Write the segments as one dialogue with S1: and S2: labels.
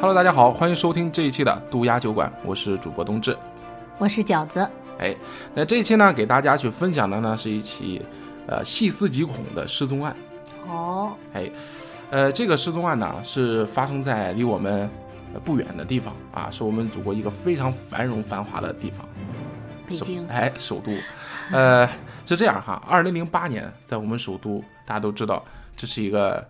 S1: Hello，大家好，欢迎收听这一期的渡鸦酒馆，我是主播冬至。
S2: 我是饺子，
S1: 哎，那这一期呢，给大家去分享的呢是一起呃细思极恐的失踪案。
S2: 哦，
S1: 哎，呃，这个失踪案呢是发生在离我们呃不远的地方啊，是我们祖国一个非常繁荣繁华的地方，
S2: 北
S1: 首
S2: 京，
S1: 哎，首都。 呃，是这样哈，二零零八年在我们首都，大家都知道这是一个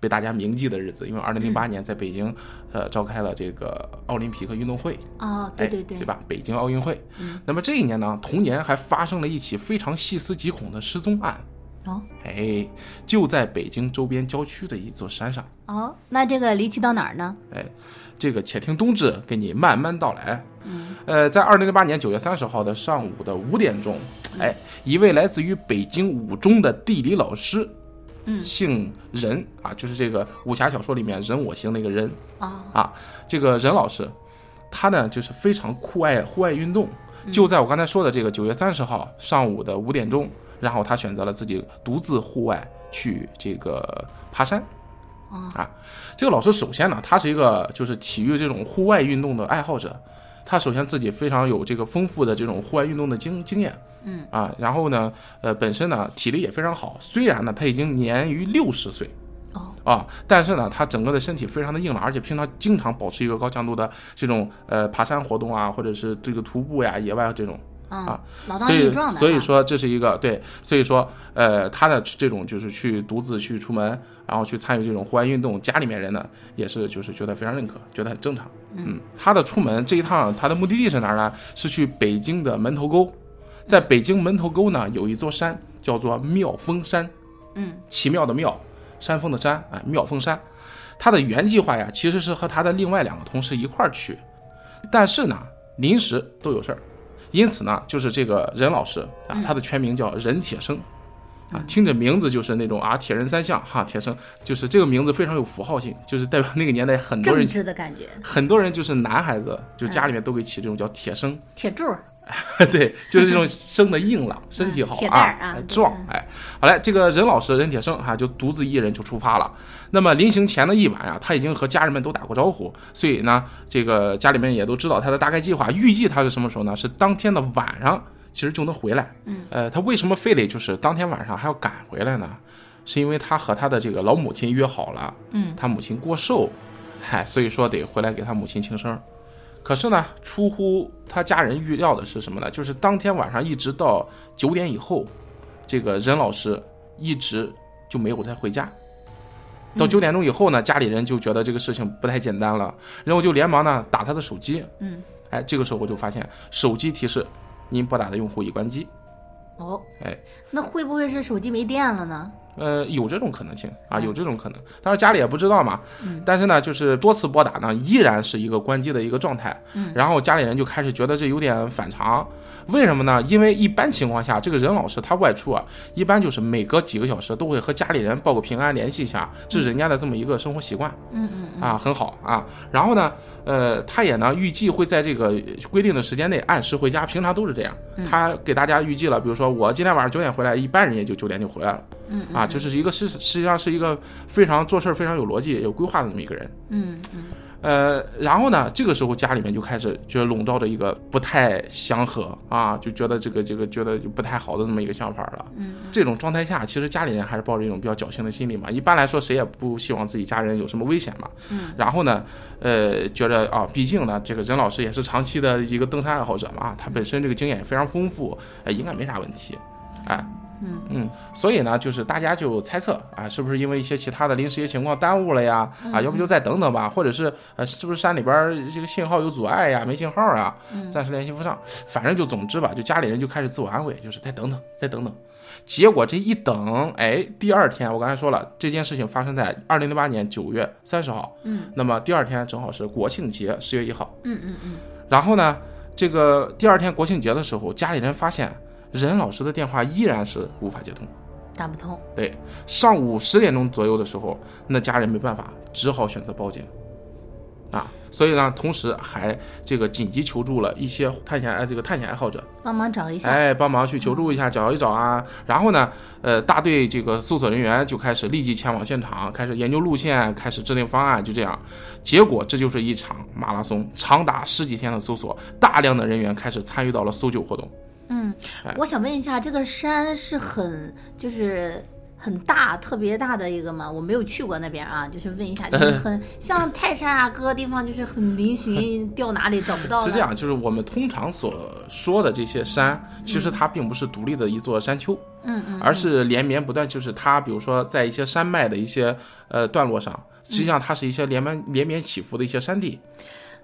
S1: 被大家铭记的日子，因为二零零八年在北京、呃召开了这个奥林匹克运动会。
S2: 哦，
S1: 哎
S2: 对对对，
S1: 对吧？北京奥运会。
S2: 嗯
S1: 那么这一年呢，同年还发生了一起非常细思极恐的失踪案。
S2: 哦
S1: 哎，就在北京周边郊区的一座山上。
S2: 哦，那这个离奇到哪儿呢？
S1: 哎，这个且听冬至给你慢慢道来。
S2: 嗯，
S1: 呃，在二零零八年九月三十号的上午的五点钟，哎，一位来自于北京五中的地理老师，
S2: 嗯
S1: 姓任啊，就是这个武侠小说里面“人我行”那个人，
S2: 哦，
S1: 啊，这个任老师，他呢就是非常酷爱户外运动。
S2: 嗯
S1: 就在我刚才说的这个九月三十号上午的五点钟，然后他选择了自己独自户外去这个爬山。
S2: 哦
S1: 啊，这个老师首先呢，他是一个就是体育这种户外运动的爱好者，他首先自己非常有这个丰富的这种户外运动的经经验，
S2: 嗯
S1: 啊，然后呢，呃，本身呢体力也非常好，虽然呢他已经年逾六十岁，
S2: 哦，
S1: 啊，但是呢，他整个的身体非常的硬朗，而且平常经常保持一个高强度的这种呃爬山活动啊，或者是这个徒步呀、野外这种，啊
S2: 啊，老当
S1: 所以
S2: 益壮的，
S1: 所以
S2: 是吧，
S1: 说这是一个对，所以说呃他的这种就是去独自去出门，然后去参与这种户外运动，家里面人呢也是就是觉得非常认可，觉得很正常。嗯，他的出门这一趟，他的目的地是哪儿呢？是去北京的门头沟，在北京门头沟呢有一座山叫做妙峰山。
S2: 嗯
S1: 奇妙的妙，山峰的山，哎，妙峰山。他的原计划呀，其实是和他的另外两个同事一块儿去，但是呢，临时都有事儿，因此呢，就是这个任老师啊，他的全名叫任铁生，啊，听着名字就是那种啊，铁人三项哈，铁生就是这个名字非常有符号性，就是代表那个年代很多
S2: 正
S1: 人，
S2: 直的感觉，
S1: 很多人就是男孩子，就家里面都给起这种叫铁生，
S2: 铁柱儿，
S1: 对，就是这种生的硬朗，身体好
S2: 铁蛋
S1: 啊
S2: 儿啊，
S1: 哎
S2: 对
S1: 壮
S2: 嗯
S1: 哎。好嘞，这个任老师任铁生哈、就独自一人就出发了。那么临行前的一晚啊，他已经和家人们都打过招呼，所以呢，这个家里面也都知道他的大概计划，预计他是什么时候呢？是当天的晚上，其实就能回来。
S2: 嗯，
S1: 呃，他为什么非得就是当天晚上还要赶回来呢？是因为他和他的这个老母亲约好了，
S2: 嗯
S1: 他母亲过寿，嗨，所以说得回来给他母亲庆生。可是呢，出乎他家人预料的是什么呢？就是当天晚上一直到九点以后，这个任老师一直就没有再回家。到九点钟以后呢，家里人就觉得这个事情不太简单了，然后就连忙呢打他的手机。
S2: 嗯，
S1: 哎，这个时候我就发现手机提示您拨打的用户已关机。
S2: 哦，
S1: 哎，
S2: 那会不会是手机没电了呢？
S1: 呃，有这种可能性啊，
S2: 嗯
S1: 有这种可能。当然家里也不知道嘛，
S2: 嗯
S1: 但是呢，就是多次拨打呢，依然是一个关机的一个状态。
S2: 嗯
S1: 然后家里人就开始觉得这有点反常，为什么呢？因为一般情况下，这个任老师他外出啊，一般就是每隔几个小时都会和家里人报个平安，联系一下，这是人家的这么一个生活习惯。
S2: 嗯嗯嗯，
S1: 啊，很好啊。然后呢，呃，他也呢预计会在这个呃规定的时间内按时回家，平常都是这样。
S2: 嗯
S1: 他给大家预计了，比如说我今天晚上九点回来，一般人也就九点就回来了。
S2: 嗯
S1: 啊，就是一个是实际上是一个非常做事儿非常有逻辑、有规划的这么一个人。
S2: 嗯嗯，
S1: 呃，然后呢，这个时候家里面就开始觉得笼罩着一个不太祥和啊，就觉得这个这个觉得就不太好的这么一个想法了。
S2: 嗯，
S1: 这种状态下，其实家里人还是抱着一种比较侥幸的心理嘛。一般来说，谁也不希望自己家人有什么危险嘛。
S2: 嗯，
S1: 然后呢，呃，觉着啊，毕竟呢，这个任老师也是长期的一个登山爱好者嘛，他本身这个经验也非常丰富，哎，应该没啥问题。哎，
S2: 嗯
S1: 嗯，所以呢，就是大家就猜测啊，是不是因为一些其他的临时一些情况耽误了呀？啊，
S2: 嗯
S1: 要不就再等等吧，或者是呃，是不是山里边儿这个信号有阻碍呀，没信号啊，暂时联系不上。反正就总之吧，就家里人就开始自我安慰，就是再等等，再等等。结果这一等，哎，第二天我刚才说了，这件事情发生在二零零八年九月三十号，
S2: 嗯，
S1: 那么第二天正好是国庆节，十月一号。
S2: 嗯嗯嗯，
S1: 然后呢，这个第二天国庆节的时候，家里人发现任老师的电话依然是无法接通。
S2: 打不通，
S1: 对，上午十点钟左右的时候，那家人没办法，只好选择报警。啊，所以呢，同时还这个紧急求助了一些探险爱这个探险爱好者，
S2: 帮忙找一下。
S1: 哎，帮忙去求助一下，找一找啊。然后呢，呃，大队这个搜索人员就开始立即前往现场，开始研究路线，开始制定方案，就这样。结果这就是一场马拉松，长达十几天的搜索，大量的人员开始参与到了搜救活动。
S2: 嗯
S1: 哎，
S2: 我想问一下，这个山是很就是很大、特别大的一个吗？我没有去过那边啊，就是问一下，就是 很像泰山啊，各个地方就是很嶙峋，掉哪里找不到呢。
S1: 是这样，就是我们通常所说的这些山，其实它并不是独立的一座山丘，
S2: 嗯嗯，
S1: 而是连绵不断，就是它，比如说在一些山脉的一些呃段落上，实际上它是一些连绵连绵起伏的一些山地。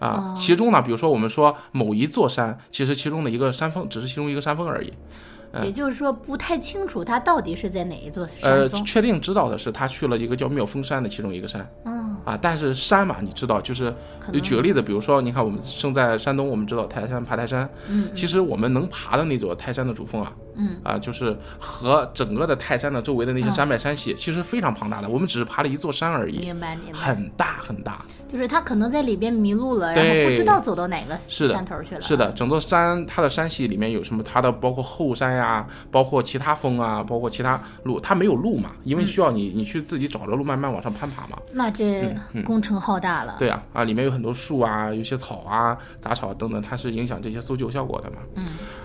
S1: 啊，其中呢，比如说我们说某一座山，其实其中的一个山峰只是其中一个山峰而已。
S2: 嗯
S1: 哎
S2: 也就是说不太清楚它到底是在哪一座山
S1: 呃，
S2: 峰。
S1: 确定知道的是，他去了一个叫妙峰山的其中一个山
S2: 嗯，
S1: 啊。但是山嘛，你知道，就是
S2: 可
S1: 就
S2: 能
S1: 举个例子，比如说，你看我们生在山东，我们知道泰山、爬泰山，
S2: 嗯
S1: 其实我们能爬的那座泰山的主峰啊，
S2: 嗯
S1: 啊，就是和整个的泰山的周围的那些山脉山系，其实非常庞大的。我们只是爬了一座山而已，
S2: 明白嗯明白，
S1: 很大很大。
S2: 就是他可能在里边迷路了，然
S1: 对
S2: 后不知道走到哪个
S1: 是的
S2: 山头去了。
S1: 是的，整座山它的山系里面有什么？它的包括后山呀、包括其他峰啊，包括其他路，它没有路嘛，
S2: 嗯
S1: 因为需要你你去自己找着路慢慢往上攀爬嘛。
S2: 那这工程浩大了。
S1: 嗯对啊，啊，里面有很多树啊，有些草啊、杂草等等，它是影响这些搜救效果的嘛。
S2: 嗯，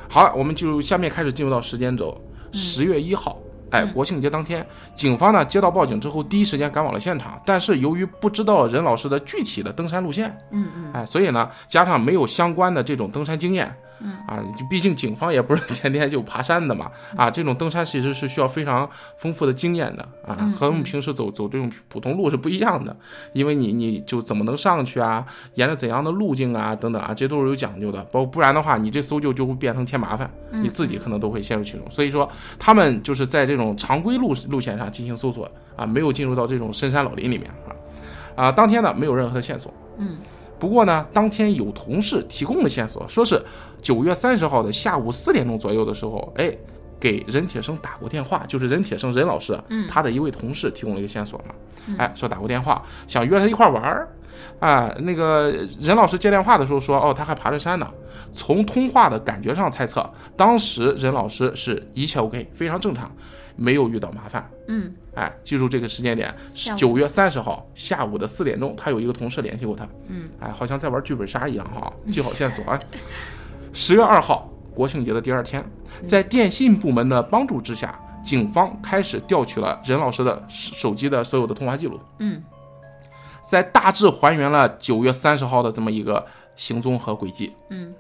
S1: 好了，我们就下面开始进入到时间轴，十月一号。哎，国庆节当天，警方呢接到报警之后，第一时间赶往了现场。但是由于不知道任老师的具体的登山路线，
S2: 嗯嗯，
S1: 哎，所以呢，加上没有相关的这种登山经验，嗯啊，就毕竟警方也不是天天就爬山的嘛，啊，这种登山其实是需要非常丰富的经验的啊，和我们平时走走这种普通路是不一样的，因为你你就怎么能上去啊，沿着怎样的路径啊，等等啊，这都是有讲究的，不不然的话，你这搜救就会变成添麻烦，你自己可能都会陷入其中。所以说，他们就是在这种常规路路线上进行搜索啊，没有进入到这种深山老林里面啊，啊，当天呢没有任何的线索。不过呢，当天有同事提供了线索，说是九月三十号的下午四点钟左右的时候，哎，给任铁生打过电话，就是任铁生任老师，
S2: 嗯
S1: 他的一位同事提供了一个线索嘛，哎，说打过电话，想约他一块儿玩儿。啊，那个任老师接电话的时候说，哦，他还爬着山呢。从通话的感觉上猜测，当时任老师是一切 OK，非常正常，没有遇到麻烦。
S2: 嗯，
S1: 哎，记住这个时间点，
S2: 下午
S1: 九月三十号下午的四点钟，他有一个同事联系过他，
S2: 嗯，
S1: 哎，好像在玩剧本杀一样哈、记好线索啊。十月二号，国庆节的第二天，
S2: 嗯
S1: 在电信部门的帮助之下，警方开始调取了任老师的手机的所有的通话记录，
S2: 嗯
S1: 在大致还原了九月三十号的这么一个行踪和轨迹。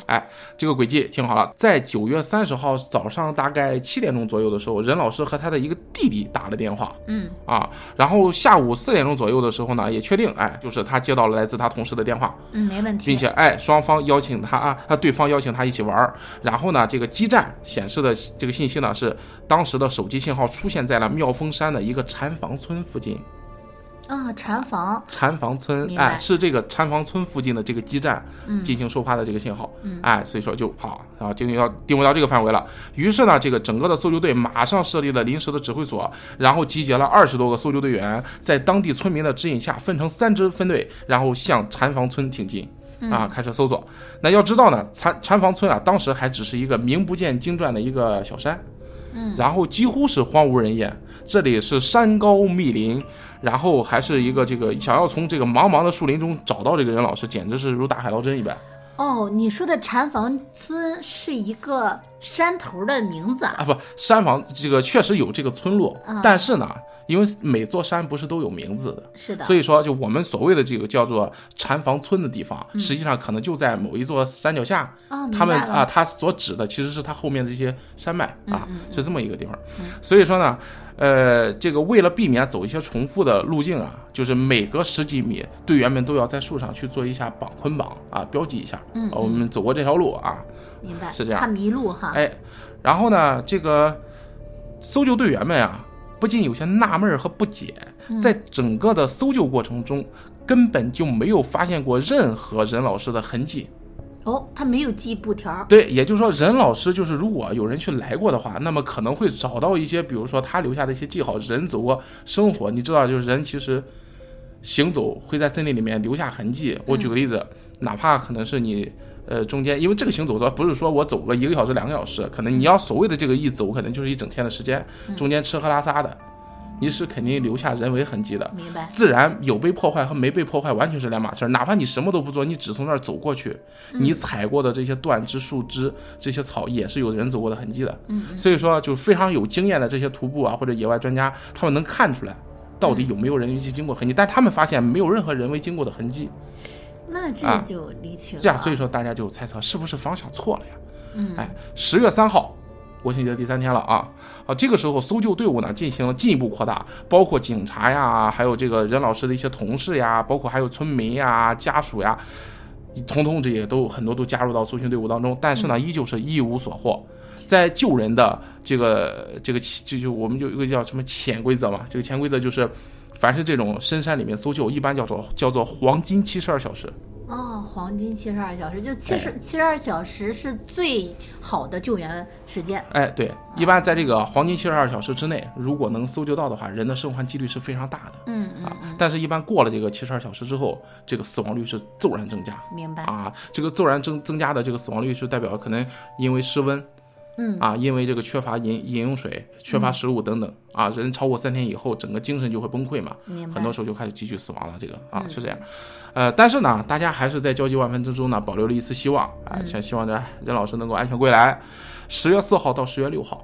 S1: 哎
S2: 嗯
S1: 这个轨迹听好了，在九月三十号早上大概七点钟左右的时候，任老师和他的一个弟弟打了电话，
S2: 嗯
S1: 啊，然后下午四点钟左右的时候呢，也确定，哎，就是他接到了来自他同事的电话，
S2: 嗯，没问题。
S1: 并且哎，双方邀请他啊，他对方邀请他一起玩儿。然后呢，这个基站显示的这个信息呢，是当时的手机信号出现在了妙峰山的一个禅房村附近。
S2: 啊，禅房，
S1: 禅房村，
S2: 明白
S1: 哎，是这个禅房村附近的这个基站进行收发的这个信号，
S2: 嗯
S1: 哎，所以说就好啊，定位到定位到这个范围了。于是呢，这个整个的搜救队马上设立了临时的指挥所，然后集结了二十多个搜救队员，在当地村民的指引下，分成三支分队，然后向禅房村挺进。
S2: 嗯
S1: 啊，开始搜索。那要知道呢，禅禅房村啊，当时还只是一个名不见经传的一个小山，
S2: 嗯，
S1: 然后几乎是荒无人烟。这里是山高密林，然后还是一个这个想要从这个茫茫的树林中找到这个任老师，简直是如大海捞针一般
S2: 哦，你说的禅房村是一个山头的名字啊？
S1: 啊！不，山房这个确实有这个村落，
S2: 嗯
S1: 但是呢，因为每座山不是都有名字的。
S2: 是的，
S1: 所以说，就我们所谓的这个叫做禅房村的地
S2: 嗯
S1: 方，实际上可能就在某一座山脚下，
S2: 啊，明
S1: 他们
S2: 白了
S1: 啊，，他所指的其实是他后面的这些山脉啊
S2: 嗯嗯，
S1: 是这么一个地方。所以说呢，呃，这个为了避免走一些重复的路径啊，就是每隔十几米，队员们都要在树上去做一下绑捆绑啊，标记一下，
S2: 嗯
S1: 啊我们走过这条路啊，
S2: 明白，
S1: 是这样
S2: 怕迷路哈。
S1: 哎，然后呢，这个搜救队员们啊，不禁有些纳闷儿和不解，
S2: 嗯
S1: 在整个的搜救过程中，根本就没有发现过任何任老师的痕迹。
S2: 哦，他没有记布条，
S1: 对，也就是说，任老师就是如果有人去来过的话，那么可能会找到一些，比如说他留下的一些记号，人走过生活，你知道，就是人其实行走会在森林里面留下痕迹。我举个例子，哪怕可能是你。呃，中间因为这个行走的不是说我走个一个小时、两个小时，可能你要所谓的这个一走，可能就是一整天的时间，中间吃喝拉撒的，你是肯定留下人为痕迹的。
S2: 明白。
S1: 自然有被破坏和没被破坏完全是两码事儿。哪怕你什么都不做，你只从那儿走过去，
S2: 嗯
S1: 你踩过的这些断枝、树枝、这些草也是有人走过的痕迹的。
S2: 嗯
S1: 所以说，就非常有经验的这些徒步啊或者野外专家，他们能看出来到
S2: 嗯
S1: 底有没有人为经过痕迹，但他们发现没有任何人为经过的痕迹。
S2: 那这
S1: 啊
S2: 就离奇了。
S1: 这样，所以，说大家就猜测是不是方向错了呀？
S2: 嗯，
S1: 哎，十月三号，国庆节第三天了啊！啊，这个时候搜救队伍呢进行了进一步扩大，包括警察呀，还有这个任老师的一些同事呀，包括还有村民呀、家属呀，统统这也都很多都加入到搜寻队伍当中，但是呢，依旧是一无所获。在救人的这个这个这就我们就有一个叫什么潜规则嘛，这个潜规则就是，凡是这种深山里面搜救，一般叫做叫做黄金七十二小时。
S2: 哦，黄金七十二小时，
S1: 哎
S2: 就七十七十二小时是最好的救援时间。
S1: 哎，对，一般在这个黄金七十二小时之内，如果能搜救到的话，人的生还几率是非常大的
S2: 嗯嗯
S1: 啊。但是，一般过了这个七十二小时之后，这个死亡率是骤然增加
S2: 明白。
S1: 啊。这个骤然增增加的这个死亡率，就代表可能因为失温
S2: 嗯
S1: 啊，因为这个缺乏饮饮用水、缺乏食物等等啊，人超过三天以后，整个精神就会崩溃嘛。
S2: 明白。嗯
S1: 很多时候就开始急剧死亡了。这个啊是这样，呃，但是呢，大家还是在焦急万分之中呢，保留了一丝希望啊，
S2: 嗯
S1: 想希望着哎任老师能够安全归来。十月四号到十月六号，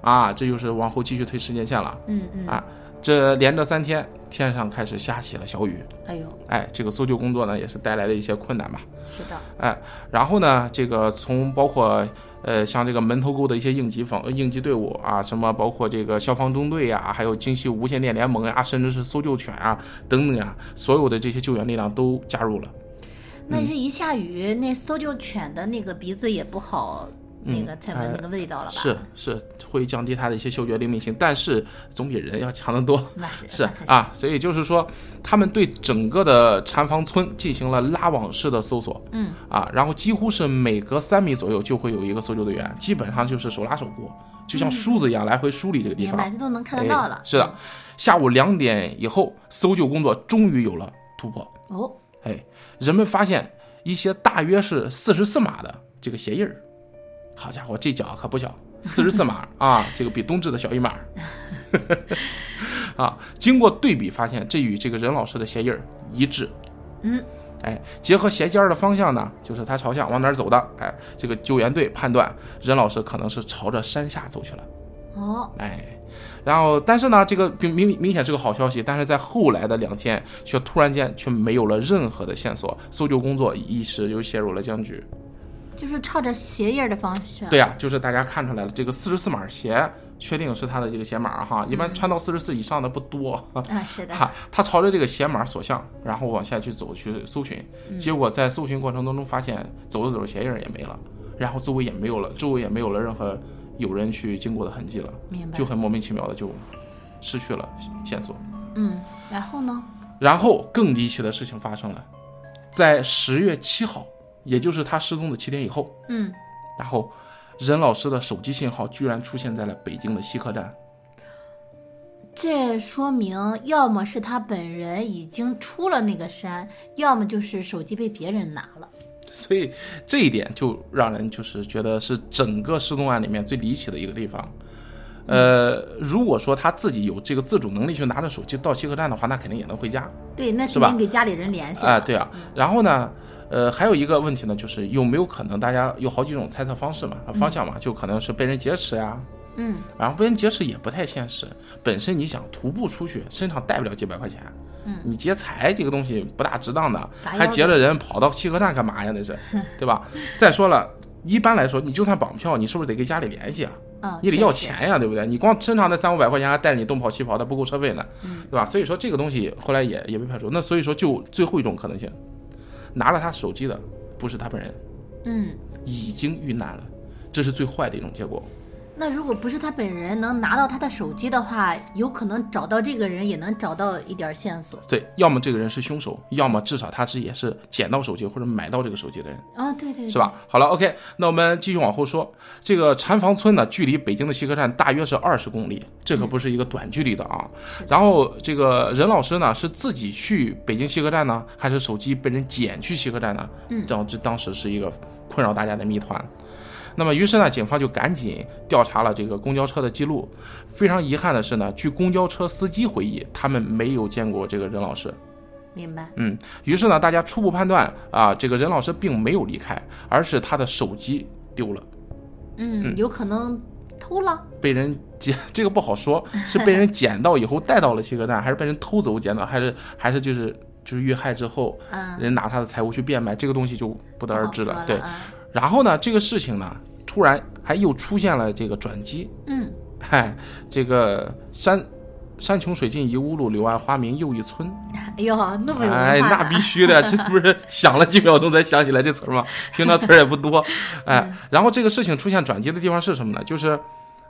S1: 啊，这就是往后继续推时间线了。
S2: 嗯嗯，
S1: 啊，这连着三天，天上开始下起了小雨，
S2: 哎呦，
S1: 哎，这个搜救工作呢也是带来了一些困难吧。
S2: 是的，
S1: 哎，然后呢，这个从包括呃，像这个门头沟的一些应急防应急队伍啊，什么包括这个消防中队呀、还有京西无线电联盟呀、甚至是搜救犬啊等等啊，所有的这些救援力量都加入了。嗯
S2: 那是一下雨，那搜救犬的那个鼻子也不好，那个才闻那个味道了吧？
S1: 嗯哎是是，会降低它的一些嗅觉灵敏性，但是总比人要强得多。
S2: 那是
S1: 是
S2: 那肯定
S1: 啊，所以就是说，他们对整个的禅房村进行了拉网式的搜索，
S2: 嗯
S1: 啊，然后几乎是每隔三米左右就会有一个搜救队员，基本上就是手拉手过，就像梳子一样来回梳理这个地
S2: 嗯明
S1: 方。
S2: 白，这都能看得到了
S1: 哎。
S2: 嗯
S1: 是的，下午两点以后，搜救工作终于有了突破。
S2: 哦，
S1: 哎，人们发现一些大约是四十四码的这个鞋印儿，好家伙，这脚可不小，四十四码啊，这个比冬至的小一码儿。 啊，经过对比发现，这与这个任老师的鞋印儿一致。
S2: 嗯，
S1: 哎，结合鞋尖儿的方向呢，就是他朝向往哪儿走的。哎，这个救援队判断任老师可能是朝着山下走去了。
S2: 哦，
S1: 哎，然后但是呢，这个明明明显是个好消息，但是在后来的两天，却突然间却没有了任何的线索，搜救工作一时就陷入了僵局。
S2: 就是朝着鞋印儿的方啊向。
S1: 对呀、就是大家看出来了，这个四十四码鞋确定是他的这个鞋码儿哈，一般穿到四十四以上的不多。
S2: 啊，是的，
S1: 哈，他朝着这个鞋码所向，然后往下去走去搜寻，结果在搜寻过程当中发现，走着走着鞋印儿也没了，然后周围也没有了，周围也没有了任何有人去经过的痕迹了，
S2: 明白
S1: 就。很莫名其妙的就失去了线索。
S2: 嗯，然后呢？
S1: 然后更离奇的事情发生了，在十月七号，也就是他失踪的七天以后，
S2: 嗯，
S1: 然后任老师的手机信号居然出现在了北京的西客站。
S2: 这说明要么是他本人已经出了那个山，要么就是手机被别人拿了。
S1: 所以这一点就让人就是觉得是整个失踪案里面最离奇的一个地方。呃，如果说他自己有这个自主能力去拿着手机到西客站的话，那肯定也能回家啊、
S2: 对，那
S1: 是
S2: 肯
S1: 吧
S2: 定给家里人联系了。嗯
S1: 对啊。然后呢，呃，还有一个问题呢，就是有没有可能大家有好几种猜测方式嘛、方向嘛，就可能是被人劫持呀、
S2: 嗯
S1: 然后被人劫持也不太现实。本身你想徒步出去，身上带不了几百块钱，
S2: 嗯
S1: 你劫财这个东西不大值当的，
S2: 打
S1: 还
S2: 腰
S1: 劫了人跑到汽车站干嘛呀？那 是，对吧？再说了，一般来说，你就算绑票，你是不是得跟家里联系啊？
S2: 嗯，
S1: 你得要
S2: 确实。
S1: 钱呀，对不对？你光身上那三五百块钱还带着你东跑西跑的，不够车费呢，
S2: 嗯
S1: 对吧？所以说这个东西后来也也被排除。那所以说，就最后一种可能性，拿了他手机的不是他本人，
S2: 嗯，
S1: 已经遇难了，这是最坏的一种结果。
S2: 那如果不是他本人能拿到他的手机的话，有可能找到这个人也能找到一点线索。
S1: 对，要么这个人是凶手，要么至少他是也是捡到手机或者买到这个手机的人，
S2: 啊、对对对，
S1: 是吧？好了，OK，那我们继续往后说。这个禅房村呢，距离北京的西客站大约是二十公里，这
S2: 嗯
S1: 可不是一个短距离的啊。然后这个任老师呢，是自己去北京西客站呢，还是手机被人捡去西客站呢？
S2: 嗯
S1: 这样这当时是一个困扰大家的谜团。那么，于是呢，警方就赶紧调查了这个公交车的记录。非常遗憾的是呢，据公交车司机回忆，他们没有见过这个任老师。
S2: 明白。
S1: 嗯，于是呢，大家初步判断啊，这个任老师并没有离开，而是他的手机丢了，
S2: 嗯，有可能偷了。
S1: 被人捡。 这个不好说，是被人捡到以后带到了西客站，还是被人偷走捡到，还是还是就是就是遇害之后，
S2: 嗯，
S1: 人拿他的财物去变卖，这个东西就不得而知
S2: 不
S1: 了。
S2: 好说
S1: 对
S2: 了，啊
S1: 然后呢，这个事情呢，突然还又出现了这个转机，
S2: 嗯，
S1: 嗨，这个山。山穷水尽疑无路，柳暗花明又一村。
S2: 哎呦，那么有
S1: 哎，
S2: 文化
S1: 那
S2: 的
S1: 必须 的，这不是想了几秒钟才想起来这词儿吗？平常词儿也不多。哎，
S2: 嗯
S1: 然后这个事情出现转机的地方是什么呢？就是，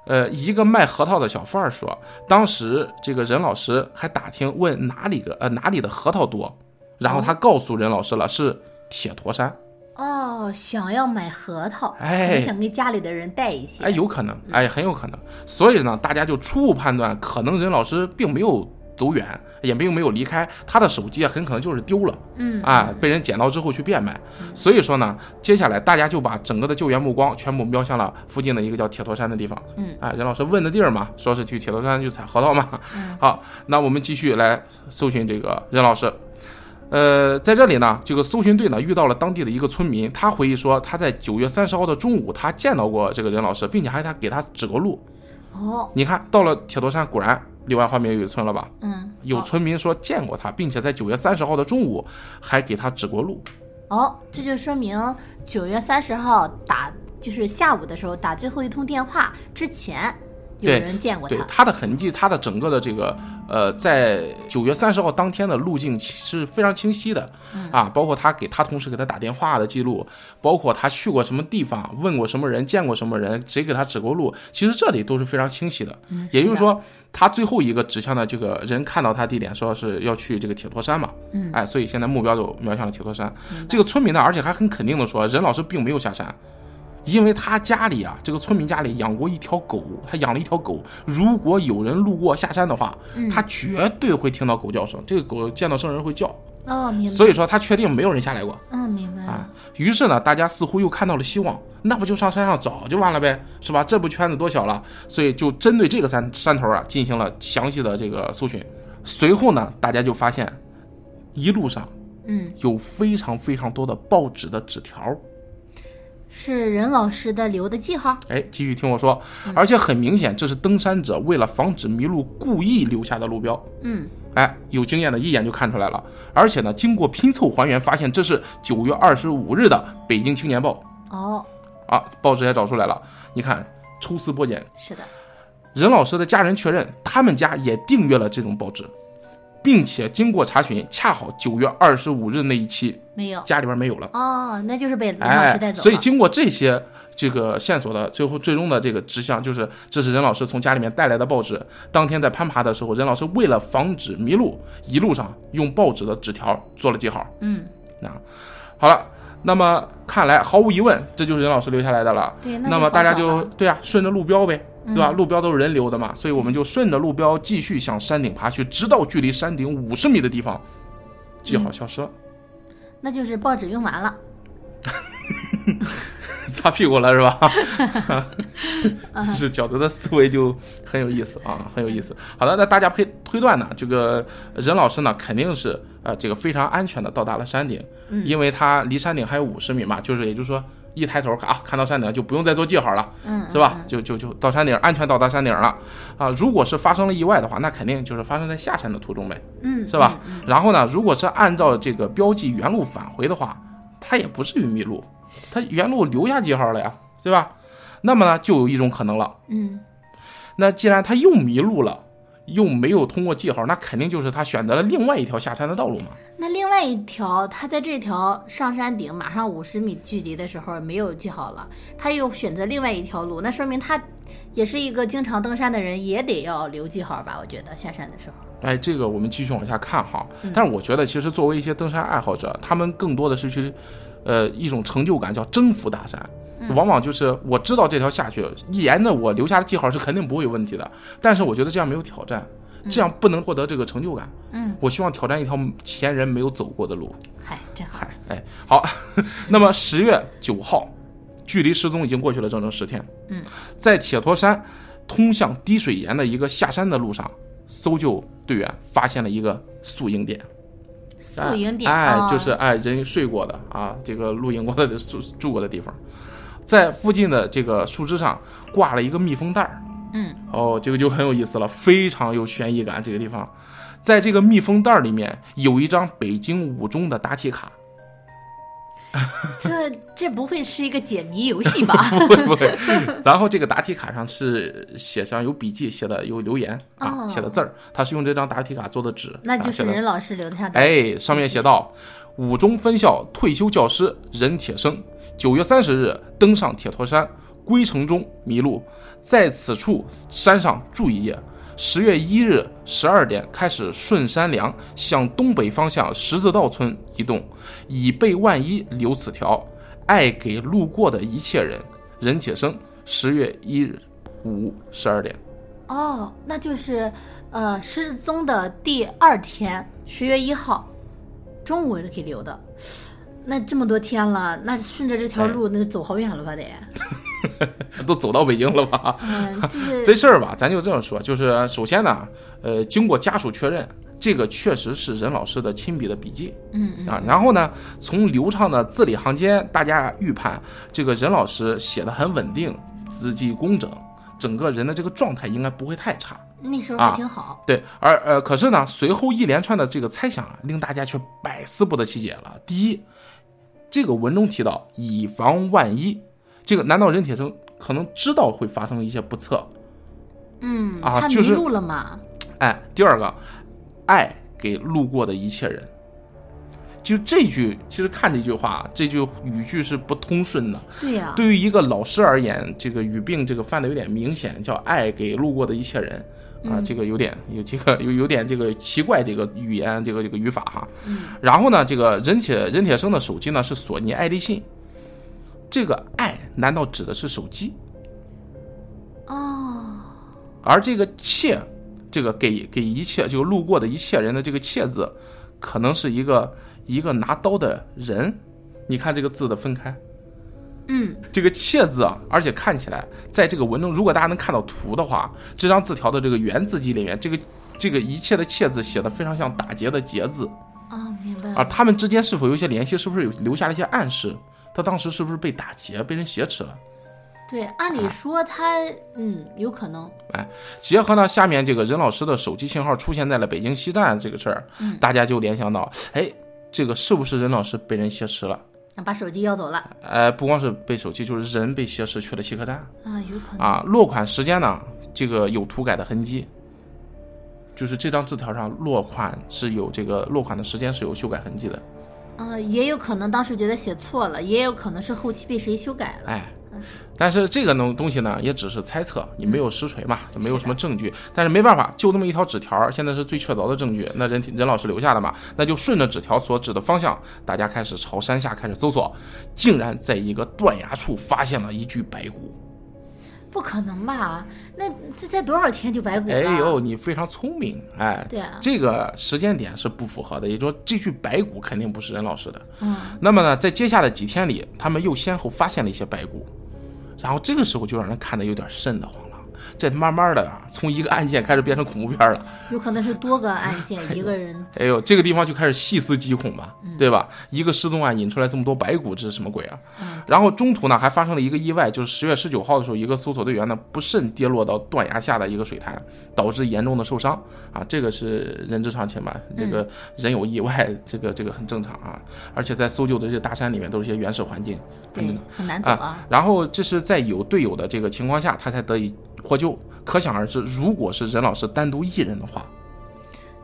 S1: 呃，一个卖核桃的小贩儿说，当时这个任老师还打听问哪里个呃哪里的核桃多，然后他告诉任老师了是铁陀山。
S2: 哦，想要买核桃，
S1: 哎
S2: 你想给家里的人带一些，
S1: 哎，有可能，哎，很有可能。所以呢，大家就初步判断，可能任老师并没有走远，也并没有离开，他的手机啊，很可能就是丢了
S2: 嗯，
S1: 啊，被人捡到之后去变卖。所以说呢，接下来大家就把整个的救援目光全部瞄向了附近的一个叫铁陀山的地方。
S2: 嗯，
S1: 啊，任老师问的地儿嘛，说是去铁陀山去采核桃嘛。
S2: 嗯
S1: 好，那我们继续来搜寻这个任老师。呃，在这里呢，这个搜寻队呢遇到了当地的一个村民，他回忆说，他在九月三十号的中午，他见到过这个任老师，并且还他给他指过路。
S2: 哦，
S1: 你看到了铁头山，果然柳暗花明又一村了吧？
S2: 嗯，
S1: 有村民说见过他，并且在九月三十号的中午还给他指过路。
S2: 哦，这就说明九月三十号打，就是下午的时候打最后一通电话之前，有
S1: 对
S2: 人见过
S1: 对
S2: 他，
S1: 他的痕迹，他的整个的这个呃，在九月三十号当天的路径其是非常清晰的、
S2: 嗯
S1: 啊，包括他给他同事给他打电话的记录，包括他去过什么地方，问过什么人，见过什么人，谁给他指过路，其实这里都是非常清晰的。
S2: 嗯
S1: 也就是
S2: 的
S1: 说，他最后一个指向的这个人看到他地点，说是要去这个铁陀山嘛，
S2: 嗯
S1: 哎，所以现在目标就瞄向了铁陀山
S2: 明白。
S1: 这个村民呢，而且还很肯定的说，任老师并没有下山，因为他家里啊，这个村民家里养过一条狗，他养了一条狗，如果有人路过下山的话，
S2: 嗯
S1: 他绝对会听到狗叫声，这个狗见到生人会叫，
S2: 哦，明白，
S1: 所以说他确定没有人下来过。
S2: 嗯，明白
S1: 啊
S2: 了，，
S1: 于是呢，大家似乎又看到了希望，那不就上山上找就完了呗，是吧？这不圈子多小了，所以就针对这个山山头啊，进行了详细的这个搜寻。随后呢，大家就发现，一路上
S2: 嗯，
S1: 有非常非常多的报纸的纸条，
S2: 是任老师的留的记号，
S1: 哎，继续听我说，而且很明显，这是登山者为了防止迷路故意留下的路标。
S2: 嗯，
S1: 哎，有经验的一眼就看出来了，而且呢，经过拼凑还原，发现这是九月二十五日的《北京青年报》。
S2: 哦，
S1: 啊，报纸也找出来了。你看，抽丝剥茧，
S2: 是的，
S1: 任老师的家人确认，他们家也订阅了这种报纸，并且经过查询，恰好九月二十五日那一期
S2: 没有，
S1: 家里边没有了。
S2: 哦，那就是被任老师带
S1: 哎，
S2: 走了，
S1: 所以经过这些这个线索的最后最终的这个指向，就是这是任老师从家里面带来的报纸。当天在攀爬的时候，任老师为了防止迷路，一路上用报纸的纸条做了记号。
S2: 嗯，
S1: 啊，好了，那么看来毫无疑问，这就是任老师留下来的了。
S2: 对，
S1: 那
S2: 就
S1: 么
S2: 好
S1: 大家
S2: 找
S1: 就
S2: 了
S1: 对啊，顺着路标呗，
S2: 嗯
S1: 对吧？路标都是人留的嘛，所以我们就顺着路标继续向山顶爬去，直到距离山顶五十米的地方，记
S2: 嗯
S1: 号消失了，
S2: 那就是报纸用完了，
S1: 擦屁股了是吧？是饺子的思维就很有意思啊，很有意思。好的，那大家推推断呢，这个任老师呢肯定是呃这个非常安全的到达了山顶，因为他离山顶还有五十米嘛，就是也就是说一抬头啊看到山顶就不用再做记号了。
S2: 嗯，
S1: 是吧？就就就到山顶，安全到达山顶了啊！如果是发生了意外的话，那肯定就是发生在下山的途中呗，
S2: 嗯，
S1: 是吧？然后呢，如果是按照这个标记原路返回的话，他也不至于迷路，他原路留下记号了呀，对吧？那么呢，就有一种可能了，
S2: 嗯？嗯，
S1: 那既然他又迷路了，又没有通过记号，那肯定就是他选择了另外一条下山的道路嘛。
S2: 那另外一条，他在这条上山顶马上五十米距离的时候没有记好了，他又选择另外一条路，那说明他也是一个经常登山的人，也得要留记号吧？我觉得下山的时候。
S1: 哎，这个我们继续往下看哈。但是我觉得，其实作为一些登山爱好者，他们更多的是去，呃，一种成就感，叫征服大山。往往就是我知道这条下去，沿着我留下的记号是肯定不会有问题的。但是我觉得这样没有挑战，这样不能获得这个成就感。
S2: 嗯，
S1: 我希望挑战一条前人没有走过的路。
S2: 嗨，真好。
S1: 嗨，哎，好。 那么十月九号，距离失踪已经过去了整整十天。
S2: 嗯，
S1: 在铁陀山通向滴水岩的一个下山的路上，搜救队员发现了一个宿营点。
S2: 宿营点，
S1: 哎，就
S2: 哦
S1: 是哎人睡过的啊，这个露营过的住住过的地方，在附近的这个树枝上挂了一个密封袋儿，
S2: 嗯
S1: 哦，这个就很有意思了，非常有悬疑感。这个地方，在这个密封袋儿里面有一张北京五中的答题卡，
S2: 这这不会是一个解谜游 戏吧？
S1: 不会不会。然后这个答题卡上是写上有笔记，写的有留言啊，
S2: 哦
S1: 写的字儿，他是用这张答题卡做的纸，
S2: 那就
S1: 啊
S2: 是
S1: 写的
S2: 任老师留下的。
S1: 哎，上面写道：五中分校退休教师任铁生，九月三十日登上铁陀山，归程中迷路，在此处山上住一夜。十月一日十二点开始顺山梁向东北方向十字道村移动，以备万一留此条，爱给路过的一切人。任铁生，十月一日午十二点。
S2: 哦，那就是呃失踪的第二天，十月一号中午给留的。那这么多天了，那顺着这
S1: 哎
S2: 条路，那就走好远了 吧得？
S1: 都走到北京了吧？
S2: 嗯，就
S1: 这
S2: 是
S1: 事儿吧，咱就这样说，就是首先呢，呃，经过家属确认，这个确实是任老师的亲笔的笔记
S2: 嗯嗯
S1: 啊。然后呢，从流畅的字里行间，大家预判这个任老师写的很稳定、字迹工整，整个人的这个状态应该不会太差。
S2: 那时候
S1: 啊
S2: 还挺好。
S1: 对，而呃，可是呢，随后一连串的这个猜想啊，令大家却百思不得其解了。第一，这个文中提到以防万一，这个难道任铁生可能知道会发生一些不测？
S2: 嗯，
S1: 啊
S2: 他迷
S1: 就是
S2: 路了嘛？
S1: 哎，第二个，爱给路过的一切人。就这句，其实看这句话，这句语句是不通顺的。
S2: 对呀、
S1: 对于一个老师而言，这个语病这个犯的有点明显，叫爱给路过的一切人。啊，这个有点有这个有有点这个奇怪，这个语言这个这个语法哈。
S2: 嗯
S1: 然后呢，这个任铁任铁生的手机呢是索尼爱立信，这个爱难道指的是手机？
S2: 哦，
S1: 而这个“切”，这个给给一切就路过的一切人的这个“切”字，可能是一个一个拿刀的人。你看这个字的分开，
S2: 嗯，
S1: 这个“切”字啊，而且看起来，在这个文中，如果大家能看到图的话，这张字条的这个原字迹里面，这个这个“一切”的“切”字写的非常像打结的“结”字
S2: 哦，明白
S1: 啊。
S2: 了。
S1: 他们之间是否有一些联系？是不是有留下了一些暗示？他当时是不是被打劫，被人挟持了？
S2: 对，按理说他嗯有可能，
S1: 结合呢，下面这个任老师的手机信号出现在了北京西站这个事儿，
S2: 嗯
S1: 大家就联想到，哎，这个是不是任老师被人挟持了？
S2: 把手机要走了
S1: 呃，不光是被手机，就是人被挟持去了西客站
S2: 啊，有可能。
S1: 啊。落款时间呢，这个有涂改的痕迹，就是这张字条上落款是有这个落款的时间是有修改痕迹的。
S2: 呃，也有可能当时觉得写错了，也有可能是后期被谁修改了。
S1: 哎，但是这个东东西呢，也只是猜测，你没有实锤嘛，也没有什么证据。但是没办法，就那么一条纸条儿，现在是最确凿的证据。那任任老师留下的嘛，那就顺着纸条所指的方向，大家开始朝山下开始搜索，竟然在一个断崖处发现了一具白骨。
S2: 不可能吧？那这才多少天就白骨了？
S1: 哎呦，你非常聪明，哎，
S2: 对啊，
S1: 这个时间点是不符合的，也就是说这具白骨肯定不是任老师的。
S2: 嗯，
S1: 那么呢，在接下来几天里，他们又先后发现了一些白骨，然后这个时候就让人看得有点瘆得慌了。这慢慢的啊，从一个案件开始变成恐怖片了。
S2: 有可能是多个案 件，一个人
S1: 哎呦，这个地方就开始细思极恐吧，对吧？一个失踪案引出来这么多白骨，这是什么鬼啊？然后中途呢，还发生了一个意外，就是十月十九号的时候，一个搜索队员呢不慎跌落到断崖下的一个水潭，导致严重的受伤啊，这个是人之常情吧？这个人有意外，这个这个很正常啊。而且在搜救的这个大山里面，都是一些原始环境，
S2: 对
S1: 嗯
S2: 很难走啊。
S1: 然后这是在有队友的这个情况下，他才得以获救。可想而知，如果是任老师单独一人的话，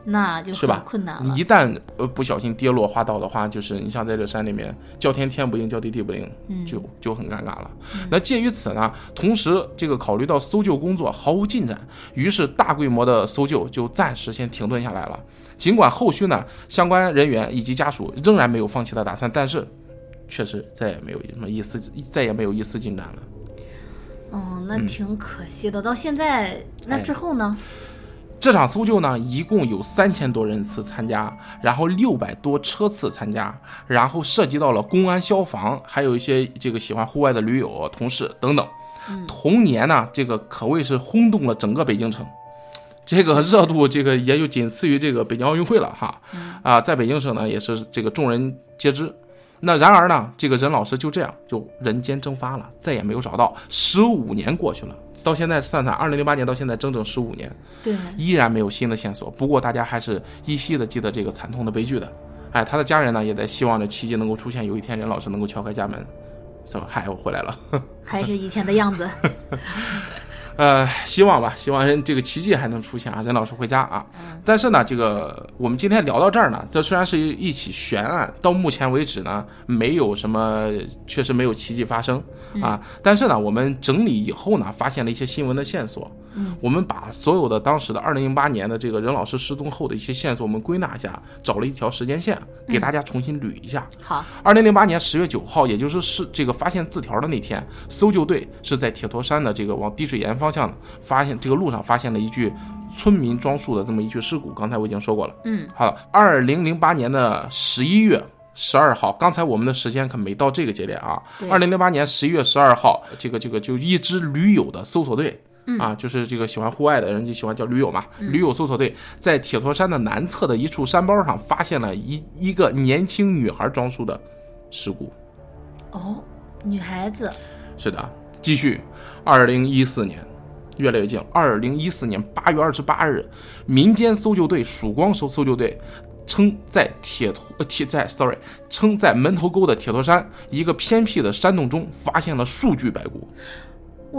S2: 那就是
S1: 吧
S2: 很困难
S1: 你
S2: 了。
S1: 一旦呃不小心跌落滑倒的话，就是你像在这山里面叫天天不应，叫地地不灵，
S2: 嗯
S1: 就就很尴尬了。那鉴于此呢，同时这个考虑到搜救工作毫无进展，于是大规模的搜救就暂时先停顿下来了。尽管后续呢，相关人员以及家属仍然没有放弃的打算，但是确实再也没有什么一丝再也没有一丝进展了。
S2: 哦，那挺可惜的。到现在，那
S1: 嗯哎
S2: 之后呢？
S1: 这场搜救呢，一共有三千多人次参加，然后六百多车次参加，然后涉及到了公安、消防，还有一些这个喜欢户外的驴友、同事等等。同年呢，这个可谓是轰动了整个北京城，这个热度这个也就仅次于这个北京奥运会了哈。啊，在北京省呢，也是这个众人皆知。那然而呢，这个任老师就这样就人间蒸发了，再也没有找到。十五年过去了，到现在算算，二零零八年到现在整整十五年。
S2: 对，
S1: 依然没有新的线索。不过大家还是依稀的记得这个惨痛的悲剧的。哎，他的家人呢也在希望着奇迹能够出现，有一天任老师能够敲开家门，说：“嗨，我回来了。
S2: 还是以前的 样子。”
S1: 呃，希望吧，希望人这个奇迹还能出现啊，任老师回家啊。但是呢，这个我们今天聊到这儿呢，这虽然是一起悬案，到目前为止呢，没有什么，确实没有奇迹发生啊。但是呢，我们整理以后呢，发现了一些新闻的线索。
S2: 嗯，
S1: 我们把所有的当时的二零零八年的这个任老师失踪后的一些线索，我们归纳一下，找了一条时间线给大家重新捋一下。
S2: 好，
S1: 二零零八年十月九号，也就是是这个发现字条的那天，搜救队是在铁头山的这个往滴水岩方向发现这个路上发现了一具村民装束的这么一具尸骨。刚才我已经说过了。
S2: 嗯，
S1: 好了，二零零八年的十一月。十二号，刚才我们的时间可没到这个节点啊。
S2: 对
S1: 二零零八年十一月十二号，这个这个就一支驴友的搜索队。
S2: 嗯
S1: 啊，就是这个喜欢户外的人就喜欢叫驴友嘛。驴友搜索队在铁陀山的南侧的一处山包上发现了一一个年轻女孩装束的尸骨。
S2: 哦，女孩子，
S1: 是的，啊继续，二零一四年，越来越近了。二零一四年八月二十八日，民间搜救队曙光搜搜救队称在铁头呃铁在 sorry 称在门头沟的铁头山一个偏僻的山洞中发现了数具白骨，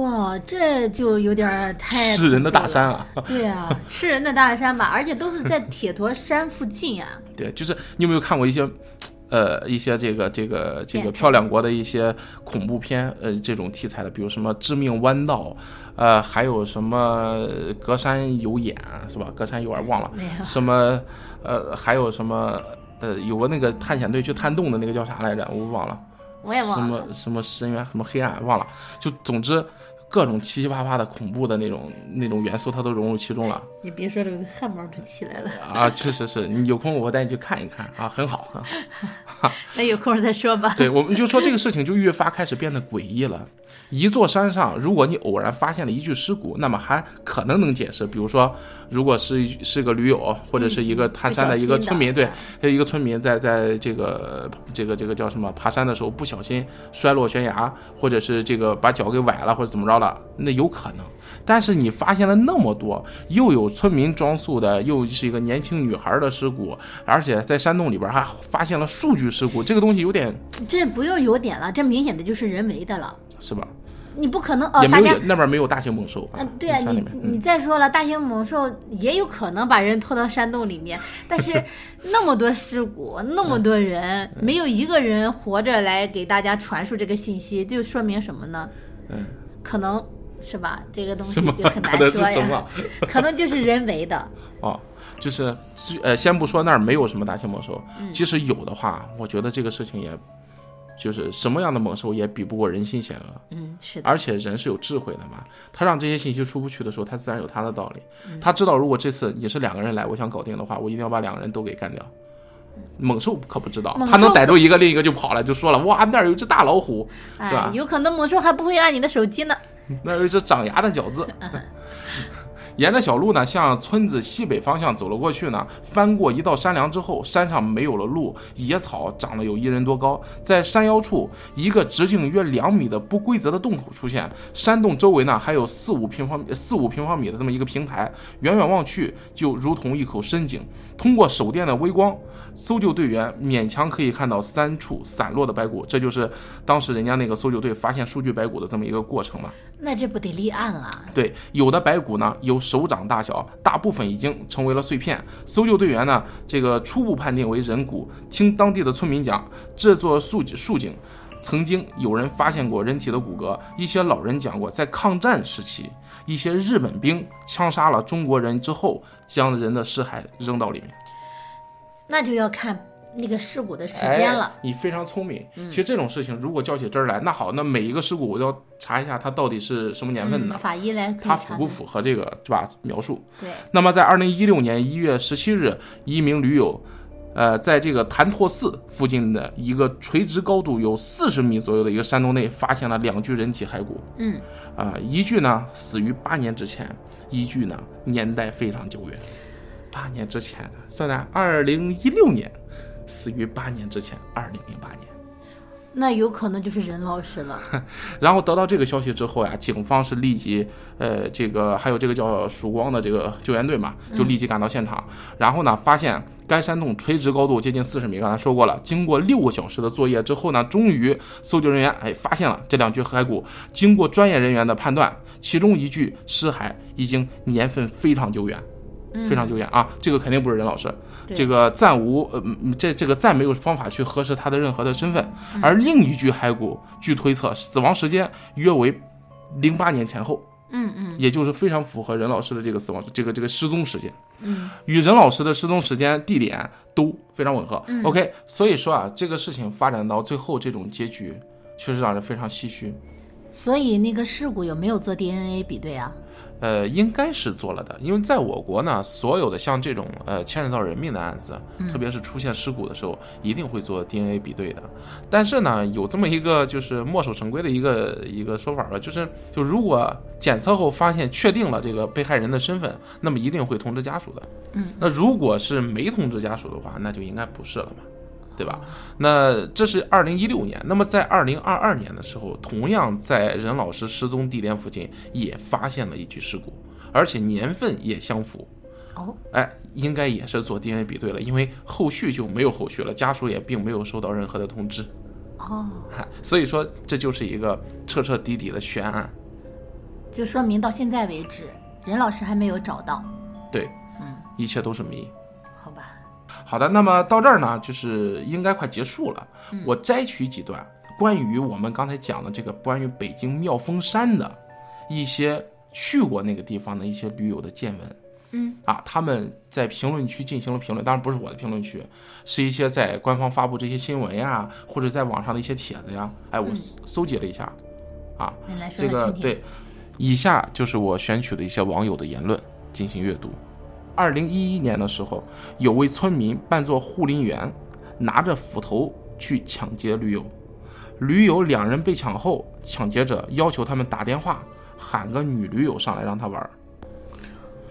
S2: 哇，这就有点儿太
S1: 吃人的大
S2: 恐怖了
S1: 山啊！
S2: 对啊，吃人的大山吧，而且都是在铁陀山附近啊。
S1: 对，就是你有没有看过一些，呃，一些这个这个这个
S2: 电
S1: 漂亮国的一些恐怖片，呃，这种题材的，比如什么《致命弯道》，呃，还有什么《隔山有眼》是吧？《隔山有耳》忘 了，
S2: 没有，
S1: 什么呃，还有什么呃，有个那个探险队去探洞的那个叫啥来着？我忘了，
S2: 我也忘了。
S1: 什么什么深渊，什么黑暗，忘了。就总之。各种七七八八的恐怖的那种那种元素，它都融入其中了
S2: 你别说这个汗毛都起来了，
S1: 啊！确实是你有空我带你去看一看啊，很好很好。
S2: 那有空儿再说吧。
S1: 对，我们就说这个事情就越发开始变得诡异了。一座山上，如果你偶然发现了一具尸骨，那么还可能能解释，比如说，如果是一是个驴友或者是一个探山的一个村民，
S2: 嗯不
S1: 对
S2: 小心的，嗯
S1: 还有一个村民在在这个这个这个叫什么爬山的时候不小心摔落悬崖，或者是这个把脚给崴了或者怎么着了，那有可能。但是你发现了那么多，又有村民装束的，又是一个年轻女孩的尸骨，而且在山洞里边还发现了数具尸骨，这个东西有点
S2: 这不用有点了，这明显的就是人为的了。
S1: 是吧？
S2: 你不可能哦
S1: 也，没
S2: 大
S1: 有
S2: 家
S1: 野那边没有大型猛兽
S2: 嗯、对啊，
S1: 山
S2: 你
S1: 里面
S2: 你再说了，大型猛兽也有可能把人拖到山洞里面，但是那么多尸骨，那么
S1: 嗯
S2: 多人，没有一个人活着来给大家传输这个信息，就说明什么呢？
S1: 嗯，
S2: 可能是吧？这个东西
S1: 什么
S2: 就很
S1: 可
S2: 难
S1: 能是
S2: 说
S1: 什
S2: 呀
S1: 么，
S2: 可能就是人为的。
S1: 哦，就是呃，先不说那儿没有什么大型猛兽，
S2: 嗯
S1: 即使有的话，我觉得这个事情也。就是什么样的猛兽也比不过人心险恶，
S2: 嗯，是的，
S1: 而且人是有智慧的嘛。他让这些信息出不去的时候，他自然有他的道理。
S2: 嗯
S1: 他知道，如果这次你是两个人来，我想搞定的话，我一定要把两个人都给干掉。猛兽可不知道
S2: 嗯猛，兽
S1: 他能逮住一个，另一个就跑了，就说了：“哇，那儿有一只大老虎。”是吧
S2: 哎，有可能猛兽还不会按你的手机呢。
S1: 那有一只长牙的饺子。 沿着小路呢，向村子西北方向走了过去呢，翻过一道山梁之后，山上没有了路，野草长了有一人多高，在山腰处，一个直径约两米的不规则的洞口出现。山洞周围呢，还有四五平方四五平方米的这么一个平台，远远望去就如同一口深井。通过手电的微光，搜救队员勉强可以看到三处散落的白骨，这就是当时人家那个搜救队发现数据白骨的这么一个过程嘛。
S2: 那这不得立案了？
S1: 对，有的白骨呢有手掌大小，大部分已经成为了碎片。搜救队员呢，这个初步判定为人骨。听当地的村民讲，这座树树井曾经有人发现过人体的骨骼。一些老人讲过，在抗战时期，一些日本兵枪杀了中国人之后，将人的尸骸扔到里面。
S2: 那就要看那个尸骨的时间了。嗯
S1: 哎。你非常聪明。其实这种事情如果较起真儿来，那好，那每一个尸骨我都要查一下它到底是什么年份的，
S2: 嗯、法医来可以
S1: 它
S2: 查
S1: 符不
S2: 的？
S1: 符合这个对吧描述？
S2: 对，
S1: 那么在二零一六年一月十七日，一名驴友，呃，在这个潭柘寺附近的一个垂直高度有四十米左右的一个山洞内，发现了两具人体骸骨，
S2: 嗯，
S1: 啊、一具呢死于八年之前，一具呢年代非常久远，八年之前的，算在二零一六年，死于八年之前，二零零八年。
S2: 那有可能就是任老 师了。
S1: 然后得到这个消息之后呀，警方是立即，呃，这个还有这个叫曙光的这个救援队嘛，就立即赶到现场。然后呢，发现该山洞垂直高度接近四十米，刚才说过了。经过六个小时的作业之后呢，终于搜救人员哎发现了这两具骸骨。经过专业人员的判断，其中一具尸骸已经年份非常久远。非常久远啊，这个肯定不是任老师，
S2: 对
S1: 这个暂无呃，嗯这这个暂没有方法去核实他的任何的身份。而另一具骸骨，据推测死亡时间约为零八年前后，
S2: 嗯嗯
S1: 也就是非常符合任老师的这个死亡这个这个失踪时间，
S2: 嗯，
S1: 与任老师的失踪时间、地点都非常吻合。OK，所以
S2: 嗯
S1: 说啊，这个事情发展到最后这种结局，确实让人非常唏嘘。
S2: 所以那个尸骨有没有做 DNA 比对啊？
S1: 呃，应该是做了的，因为在我国呢，所有的像这种呃牵扯到人命的案子，特别是出现尸骨的时候，一定会做 DNA 比对的。但是呢，有这么一个就是墨守成规的一个一个说法吧，就是就如果检测后发现确定了这个被害人的身份，那么一定会通知家属的。
S2: 嗯，
S1: 那如果是没通知家属的话，那就应该不是了嘛。对吧？那这是二零一六年，那么在二零二二年的时候，同样在任老师失踪地点附近也发现了一具尸骨，而且年份也相符。
S2: 哦，
S1: 哎，应该也是做 DNA 比对了，因为后续就没有后续了，家属也并没有收到任何的通知，
S2: 哦，
S1: 哎所以说这就是一个彻彻底底的悬案。
S2: 就说明到现在为止，任老师还没有找到。
S1: 对，
S2: 嗯，
S1: 一切都是谜。
S2: 好吧，
S1: 好的，那么到这儿呢，就是应该快结束了。
S2: 嗯
S1: 我摘取几段关于我们刚才讲的这个关于北京妙峰山的一些去过那个地方的一些驴友的见闻。
S2: 嗯
S1: 啊，他们在评论区进行了评论，当然不是我的评论区，是一些在官方发布这些新闻呀，或者在网上的一些帖子呀。哎，我
S2: 嗯
S1: 搜搜集了一下，啊，
S2: 你来
S1: 这
S2: 说来
S1: 个
S2: 听听。
S1: 对，以下就是我选取的一些网友的言论进行阅读。二零一一年的时候，有位村民扮作护林员，拿着斧头去抢劫驴友。驴友两人被抢后，抢劫者要求他们打电话喊个女驴友上来让他玩儿，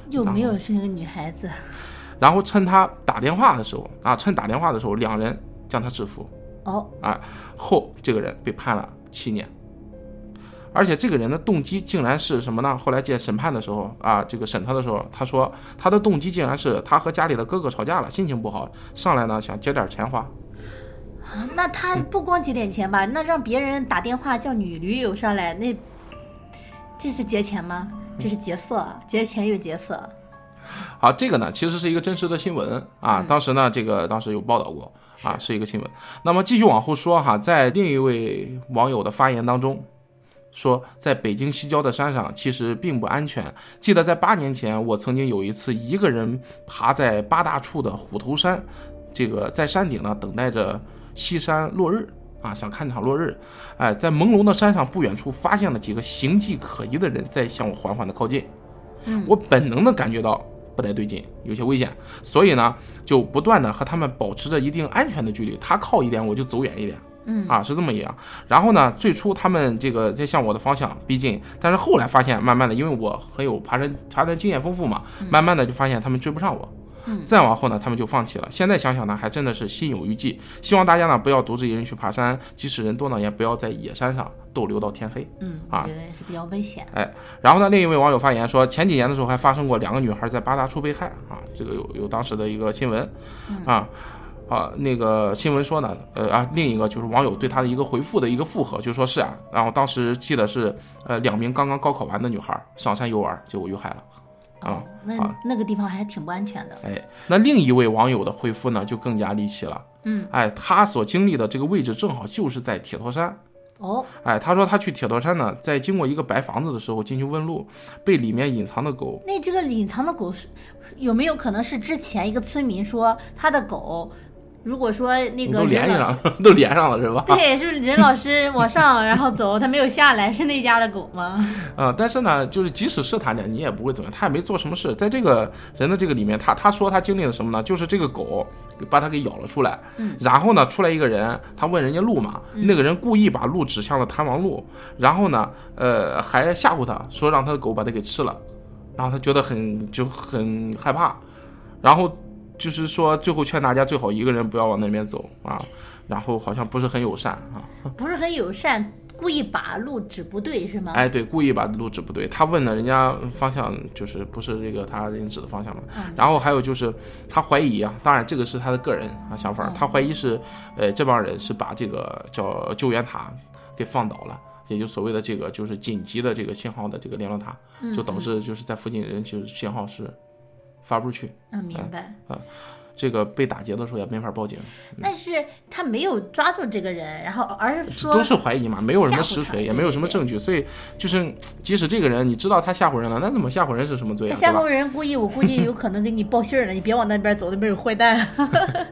S2: 有没
S1: 嗯
S2: 有是一个女孩子？
S1: 然后趁他打电话的时候啊，趁打电话的时候，两人将他制服。
S2: 哦，
S1: 啊，后这个人被判了七年，而且这个人的动机竟然是什么呢？后来见审判的时候啊，这个审他的时候，他说他的动机竟然是他和家里的哥哥吵架了，心情不好，上来呢想借点钱花，
S2: 啊那他
S1: 嗯
S2: 不光节点钱吧？那让别人打电话叫女驴友上来，那这是节钱吗？这是
S1: 嗯
S2: 劫色，啊劫钱又劫色。啊
S1: 好，这个呢其实是一个真实的新闻啊，当时呢这个当时有报道过啊，是一个新闻。那么继续往后说哈，在另一位网友的发言当中。说，在北京西郊的山上其实并不安全。记得在八年前，我曾经有一次一个人爬在八大处的虎头山，这个在山顶呢等待着西山落日啊，想看场落日。哎，在朦胧的山上不远处发现了几个形迹可疑的人在向我缓缓的靠近。
S2: 嗯，
S1: 我本能的感觉到不太对劲，有些危险，所以呢，就不断的和他们保持着一定安全的距离，他靠一点我就走远一点，
S2: 嗯
S1: 啊，是这么一样。然后呢，最初他们这个在向我的方向逼近，但是后来发现，慢慢的，因为我很有爬山爬山经验丰富嘛，慢慢的就发现他们追不上我。
S2: 嗯
S1: 再往后呢，他们就放弃了。现在想想呢，还真的是心有余悸。希望大家呢不要独自一人去爬山，即使人多呢，也不要在野山上逗留到天黑。
S2: 嗯，我
S1: 啊
S2: 觉得也是比较危险。
S1: 然后呢，另一位网友发言说，前几年的时候还发生过两个女孩在八大处被害啊，这个有有当时的一个新闻啊。啊，那个新闻说呢，呃啊，另一个就是网友对他的一个回复的一个附和，就说是啊，然后当时记得是，呃，两名刚刚高考完的女孩上山游玩，结果遇害了。啊
S2: 哦，那
S1: 啊
S2: 那个地方还挺不安全的。
S1: 哎，那另一位网友的回复呢，就更加离奇了。
S2: 嗯，
S1: 哎，他所经历的这个位置正好就是在铁头山。
S2: 哦，
S1: 哎，他说他去铁头山呢，在经过一个白房子的时候进去问路，被里面隐藏的狗
S2: 那这个隐藏的狗是有没有可能是之前一个村民说他的狗，如果说那
S1: 你
S2: 个
S1: 都连
S2: 任
S1: 上
S2: 老师。
S1: 了， 都连上了是吧？
S2: 对，是任老师往上，然后走，他没有下来，是 那家的狗吗？
S1: 啊、但是呢，就是即使是他呢，你也不会怎么样，他也没做什么事。在这个人的这个里面，他他说他经历了什么呢？就是这个狗把他给咬了出来，
S2: 嗯
S1: 然后呢，出来一个人，他问人家路嘛，那个人故意把路指向了探望路，然后呢，呃，还吓唬他说让他的狗把他给吃了，然后他觉得很就很害怕，然后就是说最后劝大家最好一个人不要往那边走啊，然后好像不是很友善啊。
S2: 不是很友善，故意把路指不对是吗？
S1: 哎，对，故意把路指不对。他问的人家方向就是不是这个他人指的方向嘛。
S2: 嗯
S1: 然后还有就是他怀疑啊，当然这个是他的个人啊想
S2: 嗯
S1: 法，他怀疑是呃这帮人是把这个叫救援塔给放倒了。也就所谓的这个就是紧急的这个信号的这个联络塔，
S2: 嗯
S1: 就导致就是在附近人就是信号是发不出去，
S2: 嗯，明白。
S1: 这个被打劫的时候也没法报警，
S2: 但是他没有抓住这个人，然后而是说
S1: 都是怀疑嘛，没有什么
S2: 吓
S1: 实
S2: 唬他
S1: 锤，也
S2: 对
S1: 没有
S2: 对
S1: 什么
S2: 对
S1: 证据，所以就是即使这个人你知道他吓唬人了，那怎么吓唬人是什么罪
S2: 他
S1: 啊？
S2: 下
S1: 对吧？
S2: 后人故意，我估计有可能给你报信儿了，你别往那边走，那边有坏蛋。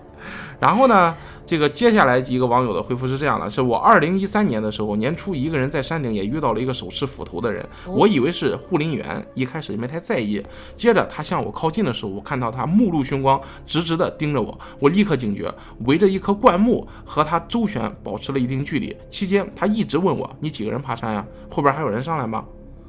S1: 然后呢，这个接下来一个网友的回复是这样的：是我二零一三年的时候，年初一个人在山顶也遇到了一个手持斧头的人，
S2: 哦
S1: 我以为是护林员，一开始也没太在意。接着他向我靠近的时候，我看到他目露凶光，直直的盯着我，我立刻警觉，围着一棵灌木和他周旋，保持了一定距离。期间他一直问我：“你几个人爬山呀、后边还有人上来吗？”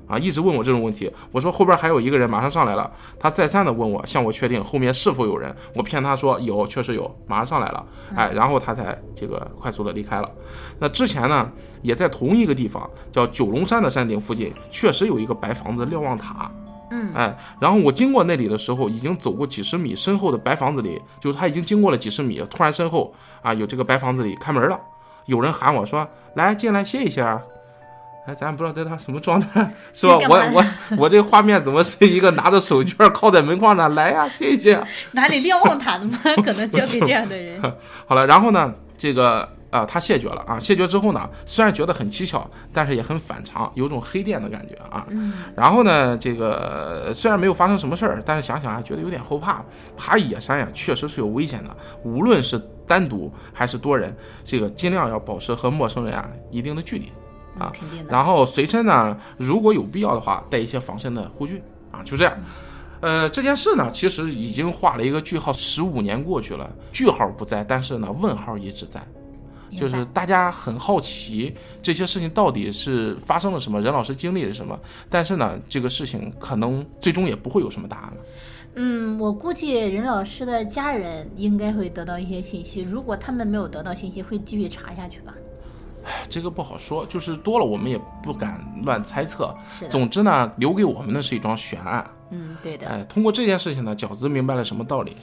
S1: 啊，一直问我这种问题。我说后边还有一个人马上上来了，他再三的问我，向我确定后面是否有人。我骗他说有，确实有，马上上来了。哎，然后他才这个快速的离开了。那之前呢，也在同一个地方，叫九龙山的山顶附近，确实有一个白房子瞭望塔。
S2: 嗯，
S1: 哎，然后我经过那里的时候，已经走过几十米，身后的白房子里，就是他已经经过了几十米，突然身后啊有这个白房子里开门了，有人喊我说：“来进来歇一歇。”哎，咱也不知道在他什么状态，是吧
S2: 这？干
S1: 我
S2: 嘛呢
S1: 我我这画面怎么是一个拿着手绢靠在门框上来呀、歇一歇啊？
S2: 哪里瞭望塔的 吗？可能交给这样的人。
S1: 好了，然后呢，这个啊、呃他谢绝了啊。谢绝之后呢，虽然觉得很蹊跷，但是也很反常，有种黑店的感觉啊。
S2: 嗯
S1: 然后呢，这个呃虽然没有发生什么事儿，但是想想还觉得有点后怕。爬野山呀，确实是有危险的，无论是单独还是多人，这个尽量要保持和陌生人啊一定的距离。啊
S2: 嗯，肯定的。
S1: 然后随身呢，如果有必要的话，带一些防身的护具啊，就这样。呃，这件事呢，其实已经画了一个句号，十五年过去了，句号不在，但是呢，问号一直在。
S2: 明
S1: 就是
S2: 白
S1: 大家很好奇这些事情到底是发生了什么，任老师经历了什么，但是呢，这个事情可能最终也不会有什么答案了。
S2: 嗯，我估计任老师的家人应该会得到一些信息，如果他们没有得到信息，会继续查下去吧。
S1: 唉这个不好说，就是多了我们也不敢乱猜测。
S2: 是的，
S1: 总之呢，留给我们的是一桩悬案。
S2: 嗯，对的。
S1: 哎，通过这件事情呢，饺子明白了什么道理。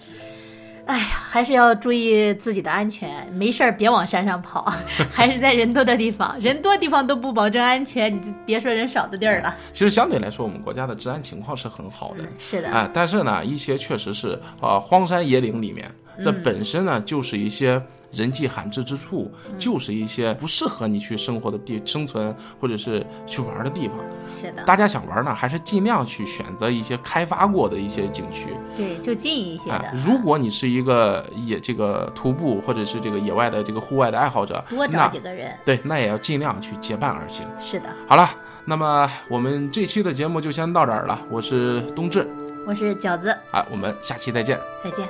S2: 哎呀，还是要注意自己的安全，没事儿别往山上跑，
S1: 嗯
S2: 还是在人多的地方，人多地方都不保证安全，你别说人少的地儿了。
S1: 其实相对来说，我们国家的治安情况是很好的
S2: 嗯，，是的，
S1: 啊，但是呢，一些确实是呃荒山野岭里面，
S2: 嗯
S1: 这本身呢就是一些人迹罕至之处，
S2: 嗯
S1: 就是一些不适合你去生活的地、生存或者是去玩的地方。
S2: 是的，
S1: 大家想玩呢，还是尽量去选择一些开发过的一些景区。
S2: 对，就近一些
S1: 啊
S2: 的。，
S1: 如果你是一个野这个徒步或者是这个野外的这个户外的爱好者，
S2: 多找
S1: 那
S2: 几个人，
S1: 对，那也要尽量去结伴而行。
S2: 是的。
S1: 好了，那么我们这期的节目就先到这儿了。我是冬至，
S2: 我是饺子，
S1: 啊，我们下期再见。
S2: 再见。